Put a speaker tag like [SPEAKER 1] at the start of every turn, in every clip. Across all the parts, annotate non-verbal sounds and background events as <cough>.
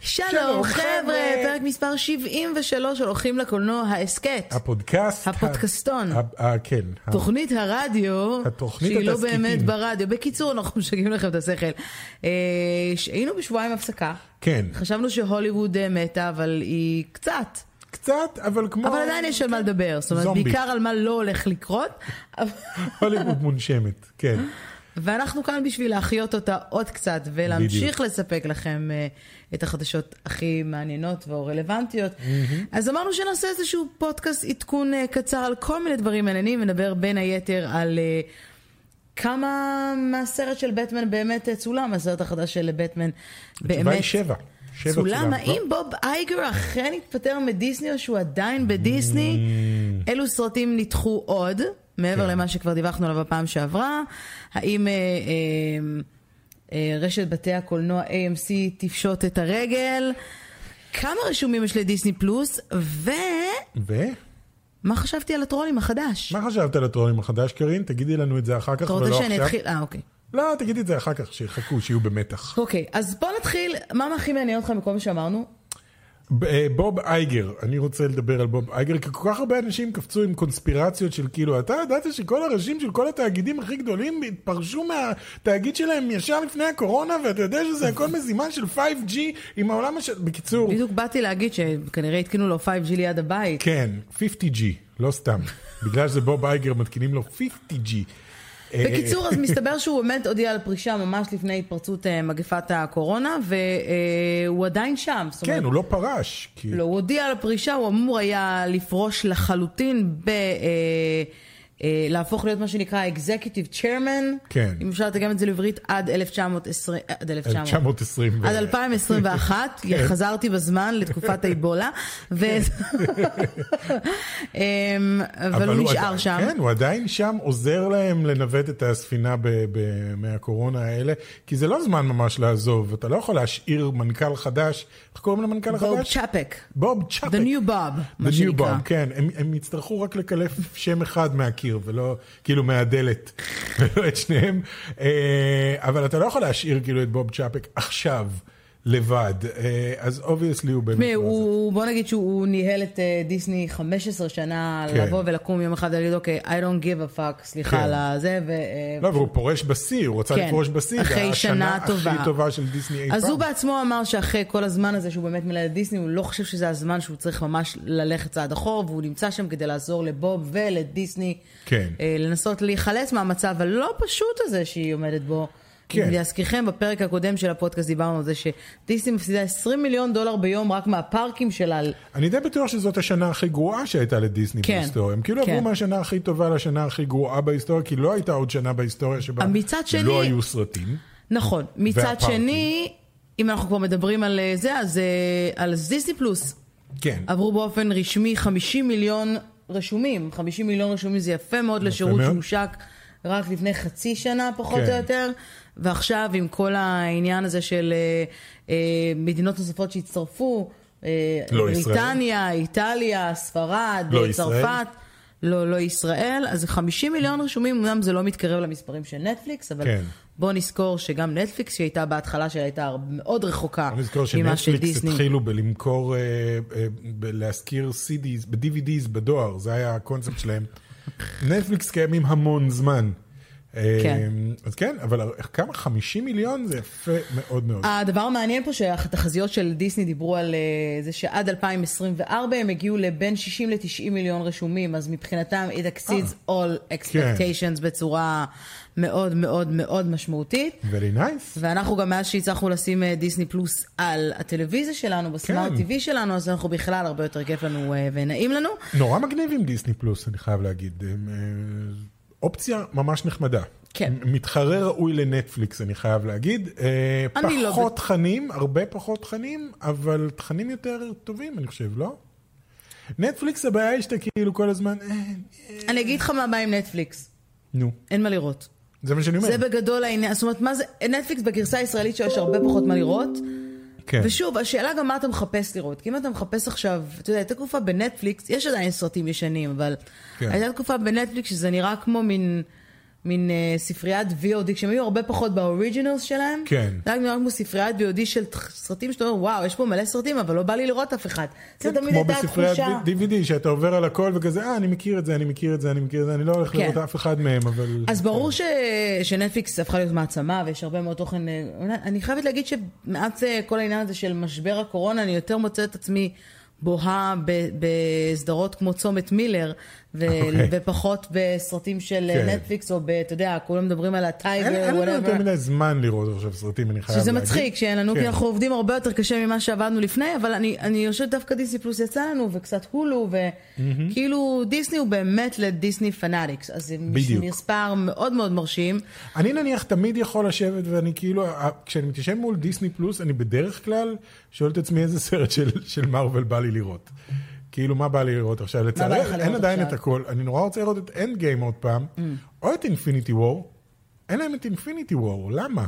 [SPEAKER 1] שלום חבר'ה, פרק מספר 73 של הולכים לקולנוע ההסכת,
[SPEAKER 2] הפודקאסט.
[SPEAKER 1] הפודקאסטון.
[SPEAKER 2] ה- ה- כן. ה-
[SPEAKER 1] תוכנית הרדיו,
[SPEAKER 2] התוכנית
[SPEAKER 1] שהיא לא
[SPEAKER 2] התסכיתים.
[SPEAKER 1] באמת ברדיו. בקיצור, אנחנו משגעים לכם את השכל. אה, ש- היינו בשבועיים הפסקה,
[SPEAKER 2] כן.
[SPEAKER 1] חשבנו שהוליווד אה, מתה, אבל היא קצת.
[SPEAKER 2] קצת, אבל כמו...
[SPEAKER 1] אבל עדיין יש על מה לדבר, זאת אומרת,
[SPEAKER 2] זומבית.
[SPEAKER 1] בעיקר על מה לא הולך לקרות.
[SPEAKER 2] הוליווד מונשמת,
[SPEAKER 1] <laughs>
[SPEAKER 2] כן.
[SPEAKER 1] ואנחנו כאן בשביל להחיות אותה עוד קצת ולהמשיך
[SPEAKER 2] בדיוק.
[SPEAKER 1] לספק לכם אה, את החדשות הכי מעניינות ורלוונטיות. אז אמרנו שנעשה איזשהו פודקאסט עדכון אה, קצר על כל מיני דברים מעניינים, ונדבר בין היתר על אה, כמה מהסרט של בטמן באמת אה, צולם, הסרט החדש של בטמן
[SPEAKER 2] התשובה היא
[SPEAKER 1] באמת
[SPEAKER 2] שבע. שבע לא?
[SPEAKER 1] צולם.
[SPEAKER 2] צולם.
[SPEAKER 1] האם בוב אייגר אכן התפטר מדיסני או שהוא עדיין בדיסני? אילו סרטים נדחו עוד, מעבר
[SPEAKER 2] Mm. כן.
[SPEAKER 1] למה שכבר דיווחנו עליו בפעם שעברה? האם אה, אה, אה, רשת בתי הקולנוע AMC תפשוט את הרגל? כמה רשומים יש לדיסני פלוס? ומה
[SPEAKER 2] ו?
[SPEAKER 1] חשבתי על הטרולים החדש?
[SPEAKER 2] מה חשבת על הטרולים החדש, קרין? תגידי לנו את זה אחר כך
[SPEAKER 1] אתה
[SPEAKER 2] ולא
[SPEAKER 1] רוצה שאני
[SPEAKER 2] עכשיו.
[SPEAKER 1] אתחיל? אה, אוקיי.
[SPEAKER 2] לא, תגידי את זה אחר כך, שיחכו, שיהיו במתח.
[SPEAKER 1] אוקיי, אז בוא נתחיל. מה מה הכי מעניין אותך מכל מה שאמרנו?
[SPEAKER 2] ב- אה, בוב אייגר, אני רוצה לדבר על בוב אייגר, כי כל כך הרבה אנשים קפצו עם קונספירציות של כאילו, אתה ידעת שכל הראשים של כל התאגידים הכי גדולים התפרשו מהתאגיד שלהם ישר לפני הקורונה, ואתה יודע שזה הכל מזימה של 5G עם העולם הש... בקיצור,
[SPEAKER 1] בדיוק באתי להגיד שכנראה התקינו לו 5G ליד הבית.
[SPEAKER 2] כן, 50G, לא סתם. בגלל שזה בוב אייגר מתקינים לו 50G. אה,
[SPEAKER 1] בקיצור, אז מסתבר שהוא באמת הודיע על פרישה ממש לפני התפרצות אה, מגפת הקורונה, והוא עדיין שם. זאת אומרת,
[SPEAKER 2] כן, הוא לא פרש. כי...
[SPEAKER 1] לא, הוא הודיע על הפרישה, הוא אמור היה לפרוש לחלוטין ב... אה, אה, להפוך להיות מה שנקרא Executive Chairman,
[SPEAKER 2] כן.
[SPEAKER 1] אם אפשר לתרגם את זה לעברית, עד 1920, אה, עד 1900,
[SPEAKER 2] 1920. ו-
[SPEAKER 1] עד 2021,
[SPEAKER 2] כן.
[SPEAKER 1] חזרתי בזמן לתקופת האיבולה, ו... <laughs> אמ, אבל הוא נשאר
[SPEAKER 2] עדיין,
[SPEAKER 1] שם.
[SPEAKER 2] כן, הוא עדיין שם עוזר להם לנווט את הספינה ב- ב- מהקורונה האלה, כי זה לא זמן ממש לעזוב, אתה לא יכול להשאיר מנכ"ל חדש, איך קוראים למנכ"ל
[SPEAKER 1] בוב
[SPEAKER 2] החדש?
[SPEAKER 1] צ'אפק.
[SPEAKER 2] בוב צ'אפק.
[SPEAKER 1] The New Bob,
[SPEAKER 2] The
[SPEAKER 1] מה
[SPEAKER 2] New
[SPEAKER 1] שנקרא.
[SPEAKER 2] Bomb, כן, הם, הם יצטרכו רק לקלף שם אחד מהקיר ולא, כאילו מהדלת, <laughs> ולא את שניהם. אה, אבל אתה לא יכול להשאיר כאילו את בוב צ'אפק עכשיו, לבד. אה, אז אובייסלי הוא באמת...
[SPEAKER 1] תשמעי,
[SPEAKER 2] לא זה.
[SPEAKER 1] הוא, בוא נגיד שהוא ניהל את אה, דיסני 15 שנה,
[SPEAKER 2] כן.
[SPEAKER 1] לבוא ולקום יום אחד ולהגיד, אוקיי, I don't give a fuck, סליחה
[SPEAKER 2] כן.
[SPEAKER 1] על הזה, ו... אה,
[SPEAKER 2] לא, אבל הוא פורש בשיא, הוא רצה
[SPEAKER 1] כן.
[SPEAKER 2] לפרוש בשיא. זה
[SPEAKER 1] אחרי שנה טובה.
[SPEAKER 2] הכי טובה של דיסני אי פעם.
[SPEAKER 1] אז הוא בעצמו אמר שאחרי כל הזמן הזה שהוא באמת מלא לדיסני, הוא לא חושב שזה הזמן שהוא צריך ממש ללכת צעד אחורה, והוא נמצא שם כדי לעזור לבוב ולדיסני,
[SPEAKER 2] כן.
[SPEAKER 1] אה, לנסות להיחלץ מהמצב הלא פשוט הזה שהיא עומדת בו.
[SPEAKER 2] כן.
[SPEAKER 1] להזכירכם, בפרק הקודם של הפודקאסט דיברנו על זה שדיסני מפסידה 20 מיליון דולר ביום רק מהפארקים שלה. על-
[SPEAKER 2] אני די בטוח שזאת השנה הכי גרועה שהייתה לדיסני
[SPEAKER 1] כן.
[SPEAKER 2] בהיסטוריה. הם כאילו
[SPEAKER 1] כן.
[SPEAKER 2] עברו מהשנה הכי טובה לשנה הכי גרועה בהיסטוריה, כי לא הייתה עוד שנה בהיסטוריה שבה
[SPEAKER 1] מצד שני-
[SPEAKER 2] לא היו סרטים.
[SPEAKER 1] נכון. מצד
[SPEAKER 2] והפארקים.
[SPEAKER 1] שני, אם אנחנו כבר מדברים על אה, זה, אז אה, על דיסני פלוס.
[SPEAKER 2] כן.
[SPEAKER 1] עברו באופן רשמי 50 מיליון רשומים. 50 מיליון רשומים זה יפה מאוד לשירות
[SPEAKER 2] מאוד.
[SPEAKER 1] שהושק רק לפני חצי שנה פחות
[SPEAKER 2] כן.
[SPEAKER 1] או יותר. ועכשיו עם כל העניין הזה של אה, אה, מדינות נוספות שהצטרפו, אה,
[SPEAKER 2] לא ישראל.
[SPEAKER 1] בריטניה, איטליה, ספרד, אה,
[SPEAKER 2] לא
[SPEAKER 1] צרפת.
[SPEAKER 2] ישראל.
[SPEAKER 1] לא, לא ישראל, אז 50 מיליון רשומים, אמנם זה לא מתקרב למספרים של נטפליקס, אבל
[SPEAKER 2] כן.
[SPEAKER 1] בוא נזכור שגם נטפליקס, שהיא הייתה בהתחלה שלה הייתה הרבה- מאוד רחוקה
[SPEAKER 2] בוא נזכור
[SPEAKER 1] ממה של
[SPEAKER 2] שנטפליקס
[SPEAKER 1] דיסני.
[SPEAKER 2] התחילו בלמכור, אה, אה, ב- להשכיר CDs, ב-DVDs בדואר, זה היה הקונספט שלהם. נטפליקס קיימים המון זמן. אה,
[SPEAKER 1] כן.
[SPEAKER 2] אז כן, אבל כמה? 50 מיליון? זה יפה מאוד מאוד.
[SPEAKER 1] הדבר המעניין פה שהתחזיות של דיסני דיברו על אה, זה שעד 2024 הם הגיעו לבין 60 ל-90 מיליון רשומים, אז מבחינתם it
[SPEAKER 2] אה,
[SPEAKER 1] exceeds
[SPEAKER 2] כן.
[SPEAKER 1] all expectations בצורה מאוד מאוד מאוד משמעותית.
[SPEAKER 2] Very nice.
[SPEAKER 1] ואנחנו גם מאז שהצלחנו לשים אה, דיסני פלוס על הטלוויזיה שלנו, בסמארט
[SPEAKER 2] כן.
[SPEAKER 1] TV שלנו, אז אנחנו בכלל הרבה יותר כיף לנו אה, ונעים לנו.
[SPEAKER 2] נורא מגניב עם דיסני פלוס, אני חייב להגיד. הם, אה, אופציה ממש נחמדה.
[SPEAKER 1] כן.
[SPEAKER 2] מ- מתחרה ראוי לנטפליקס, אני חייב להגיד. אה,
[SPEAKER 1] אני לא
[SPEAKER 2] פחות תכנים, הרבה פחות תכנים, אבל תכנים יותר טובים, אני חושב, לא? נטפליקס הבעיה היא שאתה כאילו כל הזמן, אה,
[SPEAKER 1] אני אגיד לך מה הבעיה עם נטפליקס,
[SPEAKER 2] נו,
[SPEAKER 1] אין מה לראות.
[SPEAKER 2] זה מה שאני אומר.
[SPEAKER 1] זה בגדול העניין, זאת אומרת, מה זה, נטפליקס בגרסה הישראלית שלו יש הרבה פחות מה לראות.
[SPEAKER 2] כן.
[SPEAKER 1] ושוב, השאלה גם מה אתה מחפש לראות. כי אם אתה מחפש עכשיו, אתה יודע, הייתה תקופה בנטפליקס, יש עדיין סרטים ישנים, אבל
[SPEAKER 2] כן.
[SPEAKER 1] הייתה תקופה בנטפליקס שזה נראה כמו מין מין אה, ספריית VOD, כשהם היו הרבה פחות באוריג'ינלס שלהם.
[SPEAKER 2] כן.
[SPEAKER 1] זה היה נראה כמו ספריית VOD של ת- סרטים שאתה אומר, וואו, יש פה מלא סרטים, אבל לא בא לי לראות אף אחד. זה תמיד
[SPEAKER 2] כן, כמו
[SPEAKER 1] הייתה
[SPEAKER 2] בספרי
[SPEAKER 1] התחושה.
[SPEAKER 2] ה-DVD, שאתה עובר על הכל וכזה, אה, אני מכיר את זה, אני מכיר את זה, אני מכיר את זה, אני לא הולך
[SPEAKER 1] כן.
[SPEAKER 2] לראות אף אחד מהם, אבל... כן.
[SPEAKER 1] אז ברור ש... שנטפליקס הפכה להיות מעצמה ויש הרבה מאוד תוכן. אה, אני חייבת להגיד שמאז אה, כל העניין הזה של משבר הקורונה, אני יותר מוצאת את עצמי בוהה ב- בסדרות כמו צומת מילר, ו...
[SPEAKER 2] אוקיי.
[SPEAKER 1] ופחות בסרטים של
[SPEAKER 2] כן.
[SPEAKER 1] כן. נטפליקס, או ב... אתה יודע, כולם מדברים על
[SPEAKER 2] אין- אין
[SPEAKER 1] הטייגר,
[SPEAKER 2] לנו יותר
[SPEAKER 1] whatever.
[SPEAKER 2] מדי זמן לראות עכשיו סרטים, אני חייב להגיד.
[SPEAKER 1] שזה מצחיק שאין לנו,
[SPEAKER 2] כן.
[SPEAKER 1] כי אנחנו עובדים הרבה יותר קשה ממה שעבדנו לפני, אבל אני, אני חושבת דווקא דיסני פלוס יצא לנו, וקצת הולו, וכאילו דיסני הוא באמת לדיסני פנאטיקס, אז זה
[SPEAKER 2] בדיוק.
[SPEAKER 1] מספר מאוד מאוד מרשים.
[SPEAKER 2] אני נניח תמיד יכול לשבת ואני כאילו, אה, כשאני מתיישב מול דיסני פלוס, אני בדרך כלל שואל את עצמי איזה סרט של, של מארוול בא לי לראות. כאילו, מה בא לי לראות עכשיו? לצערי,
[SPEAKER 1] לך לראות
[SPEAKER 2] אין עדיין
[SPEAKER 1] עכשיו? Mm.
[SPEAKER 2] את הכל. אני נורא רוצה לראות את אנד גיים עוד פעם, או את אינפיניטי וור. אין להם את אינפיניטי וור, למה?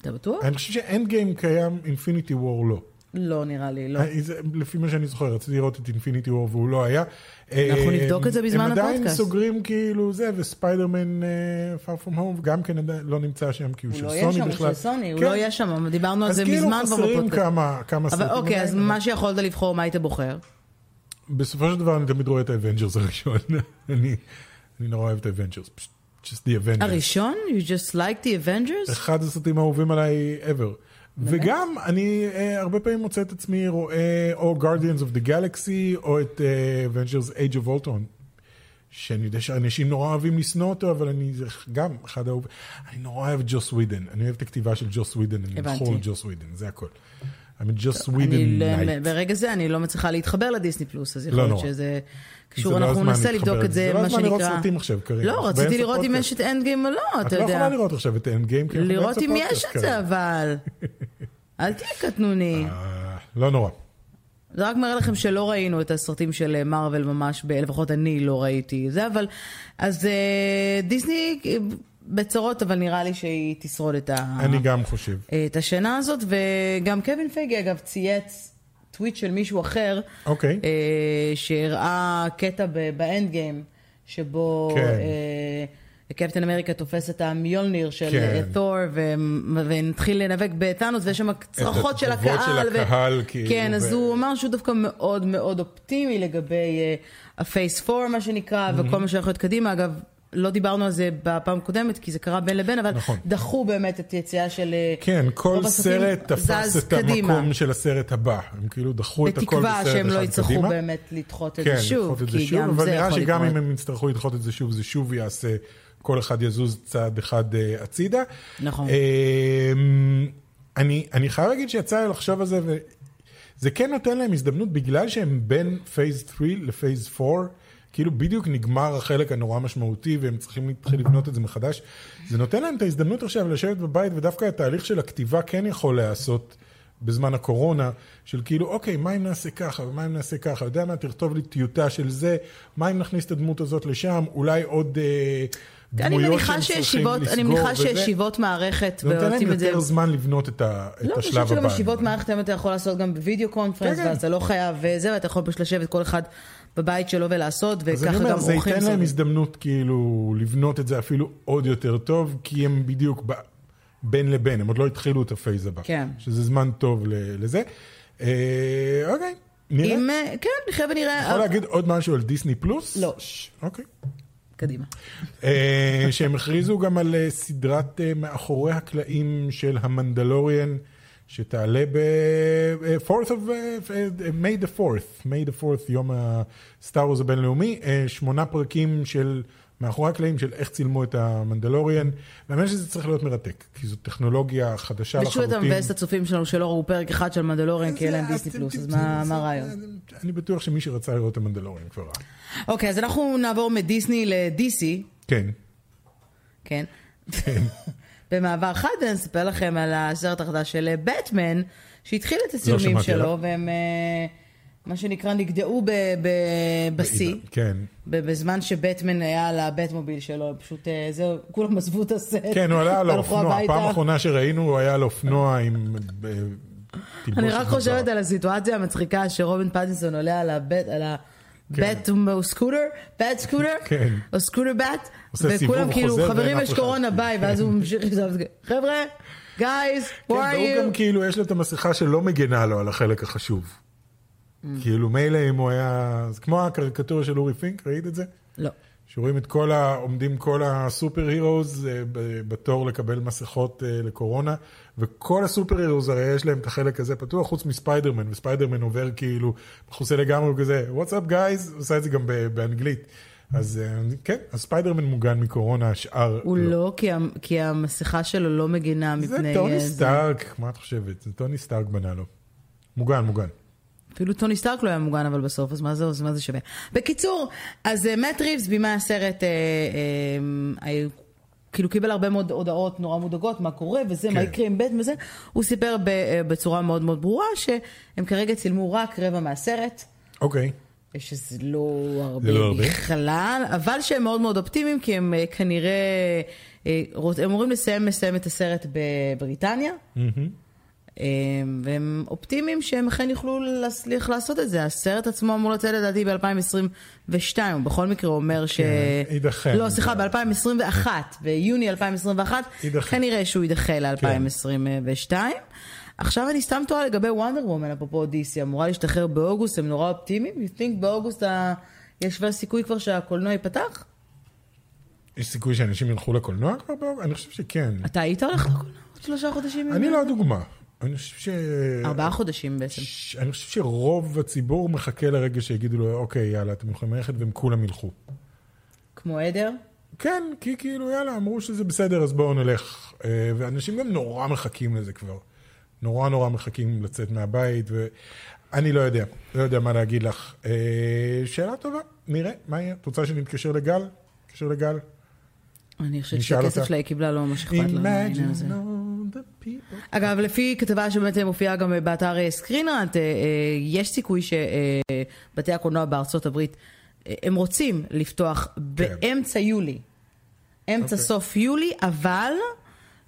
[SPEAKER 1] אתה בטוח?
[SPEAKER 2] אני חושב שאנד גיים קיים, אינפיניטי וור לא.
[SPEAKER 1] לא נראה לי, לא.
[SPEAKER 2] אה, זה- לפי מה שאני זוכר, רציתי לראות את אינפיניטי וור והוא לא היה.
[SPEAKER 1] אנחנו
[SPEAKER 2] אה,
[SPEAKER 1] נבדוק את זה בזמן
[SPEAKER 2] הם עדיין
[SPEAKER 1] הפודקאסט.
[SPEAKER 2] סוגרים כאילו זה, וספיידרמן אה, פאר פום הום גם כן עדיין לא נמצא שם, כי הוא
[SPEAKER 1] הוא
[SPEAKER 2] של
[SPEAKER 1] לא
[SPEAKER 2] סוני
[SPEAKER 1] יהיה
[SPEAKER 2] בכלל.
[SPEAKER 1] שם, הוא של סוני, הוא
[SPEAKER 2] כן.
[SPEAKER 1] לא יהיה שם, אבל דיברנו על
[SPEAKER 2] אז
[SPEAKER 1] זה
[SPEAKER 2] כאילו
[SPEAKER 1] מזמן כבר
[SPEAKER 2] חסרים
[SPEAKER 1] בפודקאסט.
[SPEAKER 2] כמה כאילו כמה
[SPEAKER 1] אבל
[SPEAKER 2] סרטים.
[SPEAKER 1] אוקיי, אז
[SPEAKER 2] עדיין,
[SPEAKER 1] מה שיכולת לבחור, מה היית בוחר?
[SPEAKER 2] אבל בסופו של דבר אני תמיד רואה את האבנג'רס הראשון. <laughs> אני אני נורא אוהב את האבנג'רס. פשוט- Just the Avengers.
[SPEAKER 1] הראשון? You just like the Avengers?
[SPEAKER 2] אחד הסרטים האהובים עליי ever. וגם אני אה, הרבה פעמים מוצא את עצמי רואה או Guardians of the Galaxy או את אה, Avengers Age of Ultron. שאני יודע שאנשים נורא אוהבים לשנוא אותו, אבל אני זה גם אחד האהוב... אני נורא אוהב את ג'וס ווידן. אני אוהב את הכתיבה של ג'וס ווידן. אני
[SPEAKER 1] הבנתי.
[SPEAKER 2] מכור לג'וס ווידן, זה הכל. אני ג'וס
[SPEAKER 1] אני
[SPEAKER 2] ווידן
[SPEAKER 1] לא-
[SPEAKER 2] נייט.
[SPEAKER 1] ברגע זה אני לא מצליחה להתחבר לדיסני פלוס, אז
[SPEAKER 2] לא
[SPEAKER 1] יכול להיות
[SPEAKER 2] נורא.
[SPEAKER 1] שזה
[SPEAKER 2] זה
[SPEAKER 1] קשור,
[SPEAKER 2] לא
[SPEAKER 1] אנחנו
[SPEAKER 2] הזמן
[SPEAKER 1] ננסה
[SPEAKER 2] להתחבר
[SPEAKER 1] לבדוק את
[SPEAKER 2] לזה.
[SPEAKER 1] זה,
[SPEAKER 2] זה לא
[SPEAKER 1] מה
[SPEAKER 2] הזמן
[SPEAKER 1] שנקרא.
[SPEAKER 2] לראות סרטים עכשיו, קארין.
[SPEAKER 1] לא,
[SPEAKER 2] אנחנו
[SPEAKER 1] רציתי
[SPEAKER 2] באמצע
[SPEAKER 1] לראות אם
[SPEAKER 2] פודקאסט.
[SPEAKER 1] יש את אנד גיים או לא,
[SPEAKER 2] את
[SPEAKER 1] אתה
[SPEAKER 2] לא
[SPEAKER 1] יודע.
[SPEAKER 2] יכולה לראות עכשיו את אנד גיים, כי אנחנו
[SPEAKER 1] לראות
[SPEAKER 2] באמצע
[SPEAKER 1] אם יש
[SPEAKER 2] פודקאסט
[SPEAKER 1] את זה,
[SPEAKER 2] כרגע.
[SPEAKER 1] אבל. אל תהיה קטנוני.
[SPEAKER 2] אה, לא נורא.
[SPEAKER 1] זה רק מראה לכם שלא ראינו את הסרטים של אה, מארוול ממש, ב- לפחות אני לא ראיתי זה, אבל... אז אה, דיסני אה, בצרות, אבל נראה לי שהיא תשרוד את, ה...
[SPEAKER 2] אני גם חושב.
[SPEAKER 1] אה, את השנה הזאת, וגם קווין פייגי אגב צייץ טוויט של מישהו אחר,
[SPEAKER 2] אוקיי.
[SPEAKER 1] אה, שהראה קטע ב- באנד גיים, שבו
[SPEAKER 2] כן.
[SPEAKER 1] אה, קפטן אמריקה תופס את המיולניר של
[SPEAKER 2] כן.
[SPEAKER 1] אה, תור, ו- ונתחיל לנאבק בטאנוס, ויש שם צרחות של
[SPEAKER 2] התגובות
[SPEAKER 1] הקהל.
[SPEAKER 2] של הקהל, כאילו,
[SPEAKER 1] כן,
[SPEAKER 2] ו-
[SPEAKER 1] אז הוא אמר שהוא דווקא מאוד מאוד אופטימי לגבי אה, הפייס 4, מה שנקרא,
[SPEAKER 2] Mhm.
[SPEAKER 1] וכל מה שהולך להיות קדימה. אגב, לא דיברנו על זה בפעם הקודמת, כי זה קרה בין לבין, אבל
[SPEAKER 2] נכון.
[SPEAKER 1] דחו באמת את היציאה של... אה,
[SPEAKER 2] כן, כל
[SPEAKER 1] רוב הסרטים
[SPEAKER 2] סרט תפס
[SPEAKER 1] זז
[SPEAKER 2] את
[SPEAKER 1] קדימה.
[SPEAKER 2] המקום של הסרט הבא. הם כאילו דחו את הכל בסרט אחד קדימה.
[SPEAKER 1] בתקווה שהם לא יצטרכו באמת לדחות את
[SPEAKER 2] כן,
[SPEAKER 1] זה שוב,
[SPEAKER 2] לדחות את זה
[SPEAKER 1] כי
[SPEAKER 2] שוב,
[SPEAKER 1] גם
[SPEAKER 2] אבל
[SPEAKER 1] זה
[SPEAKER 2] נראה
[SPEAKER 1] יכול
[SPEAKER 2] שגם אם
[SPEAKER 1] לקרות.
[SPEAKER 2] הם יצטרכו לדחות את זה שוב, זה שוב יעשה, כל אחד יזוז צעד אחד אה, הצידה. אה,
[SPEAKER 1] נכון.
[SPEAKER 2] אמ, אני, אני חייב להגיד שיצא לי לחשוב על זה, וזה כן נותן להם הזדמנות בגלל שהם בין פייס 3 לפייס 4. כאילו בדיוק נגמר החלק הנורא משמעותי והם צריכים להתחיל לבנות את זה מחדש. זה נותן להם את ההזדמנות עכשיו לשבת בבית ודווקא התהליך של הכתיבה כן יכול להיעשות בזמן הקורונה, של כאילו, אוקיי, מה אם נעשה ככה, ומה אם נעשה ככה, יודע מה, תכתוב לי טיוטה של זה, מה אם נכניס את הדמות הזאת לשם, אולי עוד אה,
[SPEAKER 1] אני
[SPEAKER 2] דמויות
[SPEAKER 1] מניחה
[SPEAKER 2] שהם צריכים
[SPEAKER 1] שישיבות,
[SPEAKER 2] לסגור,
[SPEAKER 1] אני מניחה
[SPEAKER 2] וזה.
[SPEAKER 1] שישיבות מערכת,
[SPEAKER 2] זה נותן להם
[SPEAKER 1] ועושים את זה...
[SPEAKER 2] יותר זמן לבנות את ה-
[SPEAKER 1] לא,
[SPEAKER 2] את
[SPEAKER 1] אני חושבת
[SPEAKER 2] השלב
[SPEAKER 1] שגם
[SPEAKER 2] הבא.
[SPEAKER 1] ישיבות מערכת היום אתה יכול לעשות גם בווידאו קונפרנס,
[SPEAKER 2] כן, כן.
[SPEAKER 1] ואז אתה לא חייב וזה, ואתה יכול פשוט לשבת כל אחד בבית שלו ולעשות,
[SPEAKER 2] אז אני
[SPEAKER 1] וככה
[SPEAKER 2] אומר,
[SPEAKER 1] גם
[SPEAKER 2] זה
[SPEAKER 1] עורכים
[SPEAKER 2] ייתן להם
[SPEAKER 1] סרטים.
[SPEAKER 2] הזדמנות כאילו לבנות את זה אפילו עוד יותר טוב, כי הם בדיוק ב... בין לבין, הם עוד לא התחילו את הפייז הבא.
[SPEAKER 1] כן.
[SPEAKER 2] שזה זמן טוב ל- לזה. אה, אוקיי, נראה.
[SPEAKER 1] אם, אה, כן, נחיה ונראה.
[SPEAKER 2] יכול להגיד עוד משהו על דיסני פלוס?
[SPEAKER 1] לא.
[SPEAKER 2] אוקיי.
[SPEAKER 1] קדימה.
[SPEAKER 2] אה, שהם הכריזו גם על אה, סדרת אה, מאחורי הקלעים של המנדלוריאן, שתעלה ב... אה, 4th of... מיי דה 4th, מיי דה 4th, יום הסטאר וורז הבינלאומי, אה, שמונה פרקים של... מאחורי הקלעים של איך צילמו את המנדלוריאן, והאמת שזה צריך להיות מרתק, כי זו טכנולוגיה חדשה
[SPEAKER 1] ושוב
[SPEAKER 2] לחלוטין. אה,
[SPEAKER 1] אתה מבאס את הצופים שלנו שלא ראו פרק אחד של מנדלוריאן, כי אין להם דיסני פלוס, אז מה מה הרעיון?
[SPEAKER 2] אני בטוח שמי שרצה לראות את המנדלוריאן כבר ראה.
[SPEAKER 1] אוקיי, אז אנחנו נעבור מדיסני לדיסי,
[SPEAKER 2] כן.
[SPEAKER 1] כן? <laughs> במעבר חד אני אספר לכם על הסרט החדש של אה, בטמן, שהתחיל את הצילומים
[SPEAKER 2] לא שמעתי
[SPEAKER 1] שלו,
[SPEAKER 2] עליו.
[SPEAKER 1] והם אה, מה שנקרא נגדעו ב- ב- בשיא.
[SPEAKER 2] כן.
[SPEAKER 1] ב- בזמן שבטמן היה על הבטמוביל שלו, פשוט אה, זהו, כולם עזבו את הסט.
[SPEAKER 2] כן, הוא עלה על
[SPEAKER 1] והלכו
[SPEAKER 2] האופנוע,
[SPEAKER 1] הביתה.
[SPEAKER 2] פעם האחרונה שראינו הוא היה על אופנוע עם... אה, תלבושת
[SPEAKER 1] אני רק
[SPEAKER 2] מוזרה.
[SPEAKER 1] חושבת על הסיטואציה המצחיקה שרובין פטינסון עולה על הבט, על הבט סקוטר, בט סקוטר,
[SPEAKER 2] כן.
[SPEAKER 1] או סקוטר בט,
[SPEAKER 2] עושה סיבוב,
[SPEAKER 1] וכולם כאילו,
[SPEAKER 2] חוזר, ואין
[SPEAKER 1] חברים,
[SPEAKER 2] אף
[SPEAKER 1] יש
[SPEAKER 2] אחד.
[SPEAKER 1] קורונה, ביי, ואז הוא ממשיך לזהות. חבר'ה, גייז, where are
[SPEAKER 2] כן, והוא גם
[SPEAKER 1] you?
[SPEAKER 2] כאילו, יש לו את המסכה שלא מגנה לו על החלק החשוב.
[SPEAKER 1] Mm.
[SPEAKER 2] כאילו, מילא אם הוא היה... זה כמו הקריקטורה של אורי פינק, ראית את זה?
[SPEAKER 1] לא.
[SPEAKER 2] שרואים את כל ה... עומדים כל הסופר הירוז אה, ב- בתור לקבל מסכות אה, לקורונה, וכל הסופר הירוז הרי יש להם את החלק הזה פתוח, חוץ מספיידרמן, וספיידרמן עובר כאילו, מכוסה לגמרי כזה, What's up guys? הוא עושה את זה גם ב- באנגלית. אז אה, כן, אז ספיידרמן מוגן מקורונה, השאר
[SPEAKER 1] הוא לא, כי ה- כי המסכה שלו לא מגינה מפני...
[SPEAKER 2] זה
[SPEAKER 1] אה,
[SPEAKER 2] טוני סטארק, מה את חושבת? זה טוני סטארק בנה לו. מוגן, מוגן.
[SPEAKER 1] אפילו טוני סטארק לא היה מוגן אבל בסוף, אז מה זה, אז מה זה שווה? בקיצור, אז אה, מאט ריבס בימה הסרט, אה, אה, היו- כאילו קיבל הרבה מאוד הודעות נורא מודאגות, מה קורה וזה, מה
[SPEAKER 2] כן.
[SPEAKER 1] יקרה עם בית וזה. הוא סיפר ב- אה, בצורה מאוד מאוד ברורה שהם כרגע צילמו רק רבע מהסרט.
[SPEAKER 2] אוקיי.
[SPEAKER 1] שזה לא הרבה
[SPEAKER 2] זה לא הרבה.
[SPEAKER 1] בכלל, אבל שהם מאוד מאוד אופטימיים, כי הם אה, כנראה, אה, רוצ- הם אמורים לסיים, לסיים את הסרט בבריטניה,
[SPEAKER 2] Mm-hmm.
[SPEAKER 1] אה, והם אופטימיים שהם אכן יוכלו להצליח לעשות את זה. הסרט עצמו אמור לצאת לדעתי ב-2022, הוא בכל מקרה אומר ש...
[SPEAKER 2] כן, יידחה.
[SPEAKER 1] לא, סליחה, ב-2021, ביוני 2021,
[SPEAKER 2] יידחה.
[SPEAKER 1] כנראה שהוא
[SPEAKER 2] כן.
[SPEAKER 1] יידחה ל-2022. עכשיו אני סתם טועה לגבי וונדר וומן, אפרופו DC, אמורה להשתחרר באוגוסט, הם נורא אופטימיים? You think באוגוסט ה... יש כבר סיכוי כבר שהקולנוע ייפתח?
[SPEAKER 2] יש סיכוי שאנשים ילכו לקולנוע כבר באוגוסט? אני חושב
[SPEAKER 1] <laughs>
[SPEAKER 2] שכן.
[SPEAKER 1] אתה היית הולך לקולנוע עוד שלושה חודשים? אה?
[SPEAKER 2] אני לא הדוגמה. אני חושב ש...
[SPEAKER 1] ארבעה חודשים בעצם.
[SPEAKER 2] ש- אני חושב שרוב הציבור מחכה לרגע שיגידו לו, אוקיי, יאללה, אתם יכולים ללכת, והם כולם ילכו.
[SPEAKER 1] כמו עדר?
[SPEAKER 2] כן, כי כאילו, יאללה, אמרו שזה בסדר, אז בואו נלך. אה, ואנשים גם נורא מחכים לזה כבר. נורא נורא מחכים לצאת מהבית, ואני לא יודע, לא יודע מה להגיד לך. אה, שאלה טובה, נראה, מה יהיה? את רוצה שנתקשר לגל? נתקשר לגל?
[SPEAKER 1] אני חושבת
[SPEAKER 2] נשאל
[SPEAKER 1] שהכסף
[SPEAKER 2] אותה.
[SPEAKER 1] שלה היא קיבלה לא ממש אכפת לה מהעניין הזה.
[SPEAKER 2] Imagine all the people.
[SPEAKER 1] אגב, לפי כתבה שבאמת מופיעה גם באתר אה, סקרינרנט, אה, אה, יש סיכוי שבתי הקולנוע בארצות הברית, אה, הם רוצים לפתוח באמצע יולי. אמצע
[SPEAKER 2] כן. אוקיי.
[SPEAKER 1] סוף יולי, אבל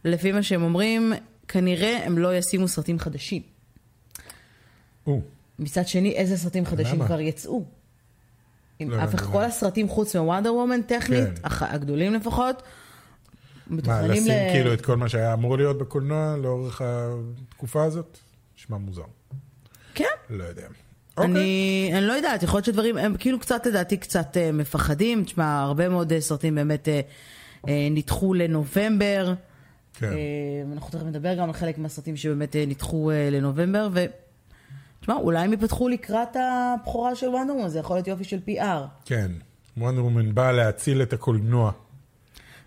[SPEAKER 1] לפי מה שהם אומרים, כנראה הם לא ישימו סרטים חדשים.
[SPEAKER 2] או,
[SPEAKER 1] מצד שני, איזה סרטים חדשים
[SPEAKER 2] למה?
[SPEAKER 1] כבר יצאו? אם
[SPEAKER 2] לא
[SPEAKER 1] אף אחד,
[SPEAKER 2] הבנתי
[SPEAKER 1] כל
[SPEAKER 2] למה.
[SPEAKER 1] הסרטים חוץ מוונדר וומן טכנית,
[SPEAKER 2] כן.
[SPEAKER 1] הח- הגדולים לפחות,
[SPEAKER 2] מה,
[SPEAKER 1] מתוכננים
[SPEAKER 2] לשים
[SPEAKER 1] ל-
[SPEAKER 2] כאילו את כל מה שהיה אמור להיות בקולנוע לאורך התקופה הזאת? נשמע מוזר.
[SPEAKER 1] כן.
[SPEAKER 2] לא יודע. אוקיי.
[SPEAKER 1] אני, אני לא יודעת, יכול להיות שדברים, הם כאילו קצת לדעתי קצת אה, מפחדים, תשמע, הרבה מאוד אה, סרטים באמת אה, אה, נדחו לנובמבר.
[SPEAKER 2] כן.
[SPEAKER 1] אה, אנחנו תכף נדבר גם על חלק מהסרטים שבאמת אה, נדחו אה, לנובמבר, ו... תשמע, אולי הם ייפתחו לקראת הבכורה של וונדר וומן, זה יכול להיות יופי של PR.
[SPEAKER 2] כן. וונדר וומן באה להציל את הקולנוע.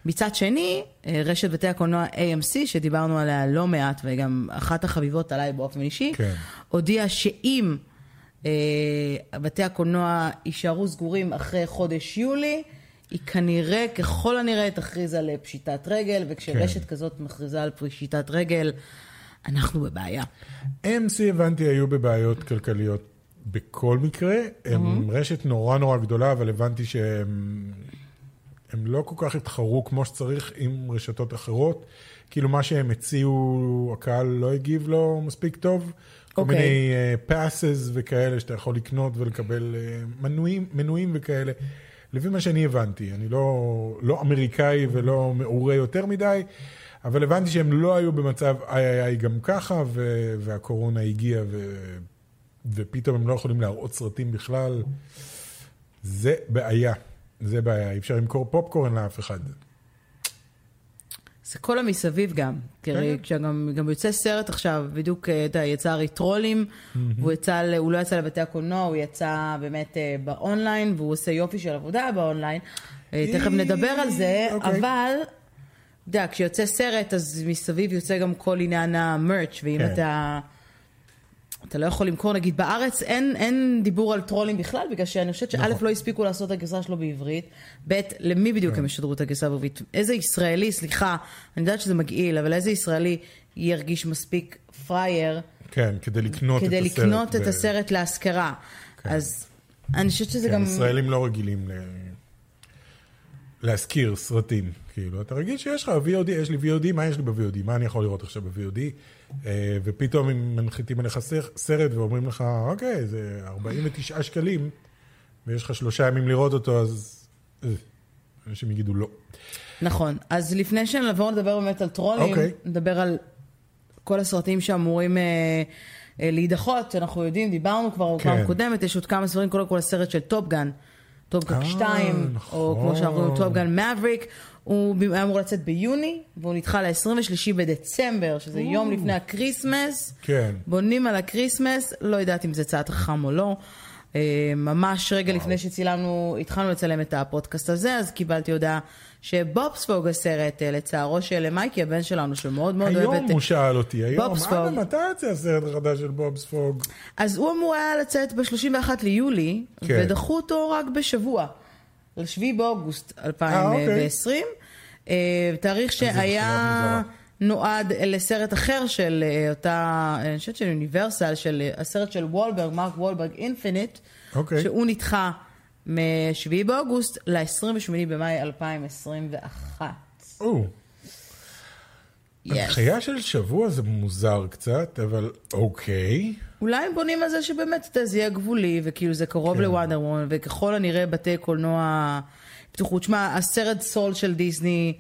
[SPEAKER 1] מצד שני, אה, רשת בתי הקולנוע AMC, שדיברנו עליה לא מעט, וגם אחת החביבות עליי באופן אישי,
[SPEAKER 2] כן.
[SPEAKER 1] הודיעה שאם אה, בתי הקולנוע יישארו סגורים אחרי חודש יולי, היא כנראה, ככל הנראה, תכריז על אה, פשיטת רגל, וכשרשת
[SPEAKER 2] כן.
[SPEAKER 1] כזאת מכריזה על פשיטת רגל, אנחנו בבעיה.
[SPEAKER 2] AMC, הבנתי, היו בבעיות כלכליות בכל מקרה. הם רשת נורא נורא גדולה, אבל הבנתי שהם הם לא כל כך התחרו כמו שצריך עם רשתות אחרות. כאילו, מה שהם הציעו, הקהל לא הגיב לו מספיק טוב. כל
[SPEAKER 1] אוקיי.
[SPEAKER 2] מיני פאסס וכאלה שאתה יכול לקנות ולקבל אה, מנויים, מנויים וכאלה. לפי מה שאני הבנתי, אני לא, לא אמריקאי ולא מעורה יותר מדי, אבל הבנתי שהם לא היו במצב איי איי איי גם ככה, ו, והקורונה הגיעה ו, ופתאום הם לא יכולים להראות סרטים בכלל. זה בעיה, זה בעיה, אי אפשר למכור פופקורן לאף אחד.
[SPEAKER 1] זה כל המסביב גם. תראי,
[SPEAKER 2] כן.
[SPEAKER 1] כשגם גם יוצא סרט עכשיו, בדיוק, אה, אתה יודע, יצא הרי טרולים, הוא יצא, ל- הוא לא יצא לבתי הקולנוע, הוא יצא באמת אה, באונליין, והוא עושה יופי של עבודה באונליין. אה, תכף
[SPEAKER 2] אי,
[SPEAKER 1] נדבר על זה,
[SPEAKER 2] אוקיי.
[SPEAKER 1] אבל, אתה יודע, כשיוצא סרט, אז מסביב יוצא גם כל עניין המרץ', ואם
[SPEAKER 2] כן.
[SPEAKER 1] אתה... אתה לא יכול למכור, נגיד בארץ אין, אין דיבור על טרולים בכלל, בגלל שאני חושבת שא'
[SPEAKER 2] נכון.
[SPEAKER 1] לא הספיקו לעשות את הגרסה שלו בעברית, ב' למי
[SPEAKER 2] כן.
[SPEAKER 1] בדיוק הם ישדרו את הגרסה בעברית? איזה ישראלי, סליחה, אני יודעת שזה מגעיל, אבל איזה ישראלי ירגיש מספיק פראייר
[SPEAKER 2] כן, כדי לקנות
[SPEAKER 1] כדי
[SPEAKER 2] את הסרט.
[SPEAKER 1] לקנות את
[SPEAKER 2] ב-
[SPEAKER 1] הסרט להשכרה? אז אני חושבת שזה
[SPEAKER 2] כן,
[SPEAKER 1] גם...
[SPEAKER 2] ישראלים לא רגילים ל... להשכיר סרטים, כאילו, אתה רגיל שיש לך VOD, יש לי VOD, מה יש לי ב-VOD? מה אני יכול לראות עכשיו ב-VOD? אה, ופתאום אם מנחיתים עליך סר- סרט ואומרים לך, אוקיי, זה 49 שקלים, ויש לך שלושה ימים לראות אותו, אז... אה, אנשים יגידו לא.
[SPEAKER 1] נכון. אז לפני שנעבור לדבר באמת על טרולים,
[SPEAKER 2] אוקיי.
[SPEAKER 1] נדבר על כל הסרטים שאמורים אה, אה, להידחות, אנחנו יודעים, דיברנו כבר
[SPEAKER 2] כן.
[SPEAKER 1] כן. בפעם הקודמת, יש עוד כמה ספרים, קודם כל הסרט של טופגן, טופגן
[SPEAKER 2] אה,
[SPEAKER 1] 2, או כמו שאנחנו אומרים,
[SPEAKER 2] נכון.
[SPEAKER 1] טופגן מבריק, הוא ב- היה אמור לצאת ביוני, והוא נדחה ל-23 בדצמבר, שזה יום לפני הקריסמס.
[SPEAKER 2] כן.
[SPEAKER 1] בונים על הקריסמס, לא יודעת אם זה צעד חכם או לא. אה, ממש רגע לפני שצילמנו, התחלנו לצלם את הפודקאסט הזה, אז קיבלתי הודעה שבובספוג הסרט, אה, לצערו של מייקי, הבן שלנו, שמאוד מאוד אה, אוהב
[SPEAKER 2] היום
[SPEAKER 1] את...
[SPEAKER 2] הוא שאל אותי, היום,
[SPEAKER 1] בובספוג.
[SPEAKER 2] אבא מתי יצא הסרט החדש של בובספוג?
[SPEAKER 1] אז הוא אמור היה לצאת ב-31 ליולי,
[SPEAKER 2] כן.
[SPEAKER 1] ודחו אותו רק בשבוע, ל-7 באוגוסט
[SPEAKER 2] אוקיי.
[SPEAKER 1] 2020. אה, תאריך
[SPEAKER 2] בחירה
[SPEAKER 1] שהיה
[SPEAKER 2] מוזרה.
[SPEAKER 1] נועד אה, לסרט אחר של אה, אותה, אה, אני חושבת של אוניברסל, של אה, הסרט של וולברג, מרק וולברג אינפיניט,
[SPEAKER 2] אוקיי.
[SPEAKER 1] שהוא נדחה מ-7 באוגוסט ל-28 במאי 2021.
[SPEAKER 2] או,
[SPEAKER 1] Yes.
[SPEAKER 2] הדחייה של שבוע זה מוזר קצת, אבל אוקיי.
[SPEAKER 1] אולי הם בונים על זה שבאמת אתה יודע, זה יהיה גבולי, וכאילו זה קרוב
[SPEAKER 2] כן.
[SPEAKER 1] לוונדר וומן, וככל הנראה בתי קולנוע פתוחו. תשמע, הסרט סול של דיסני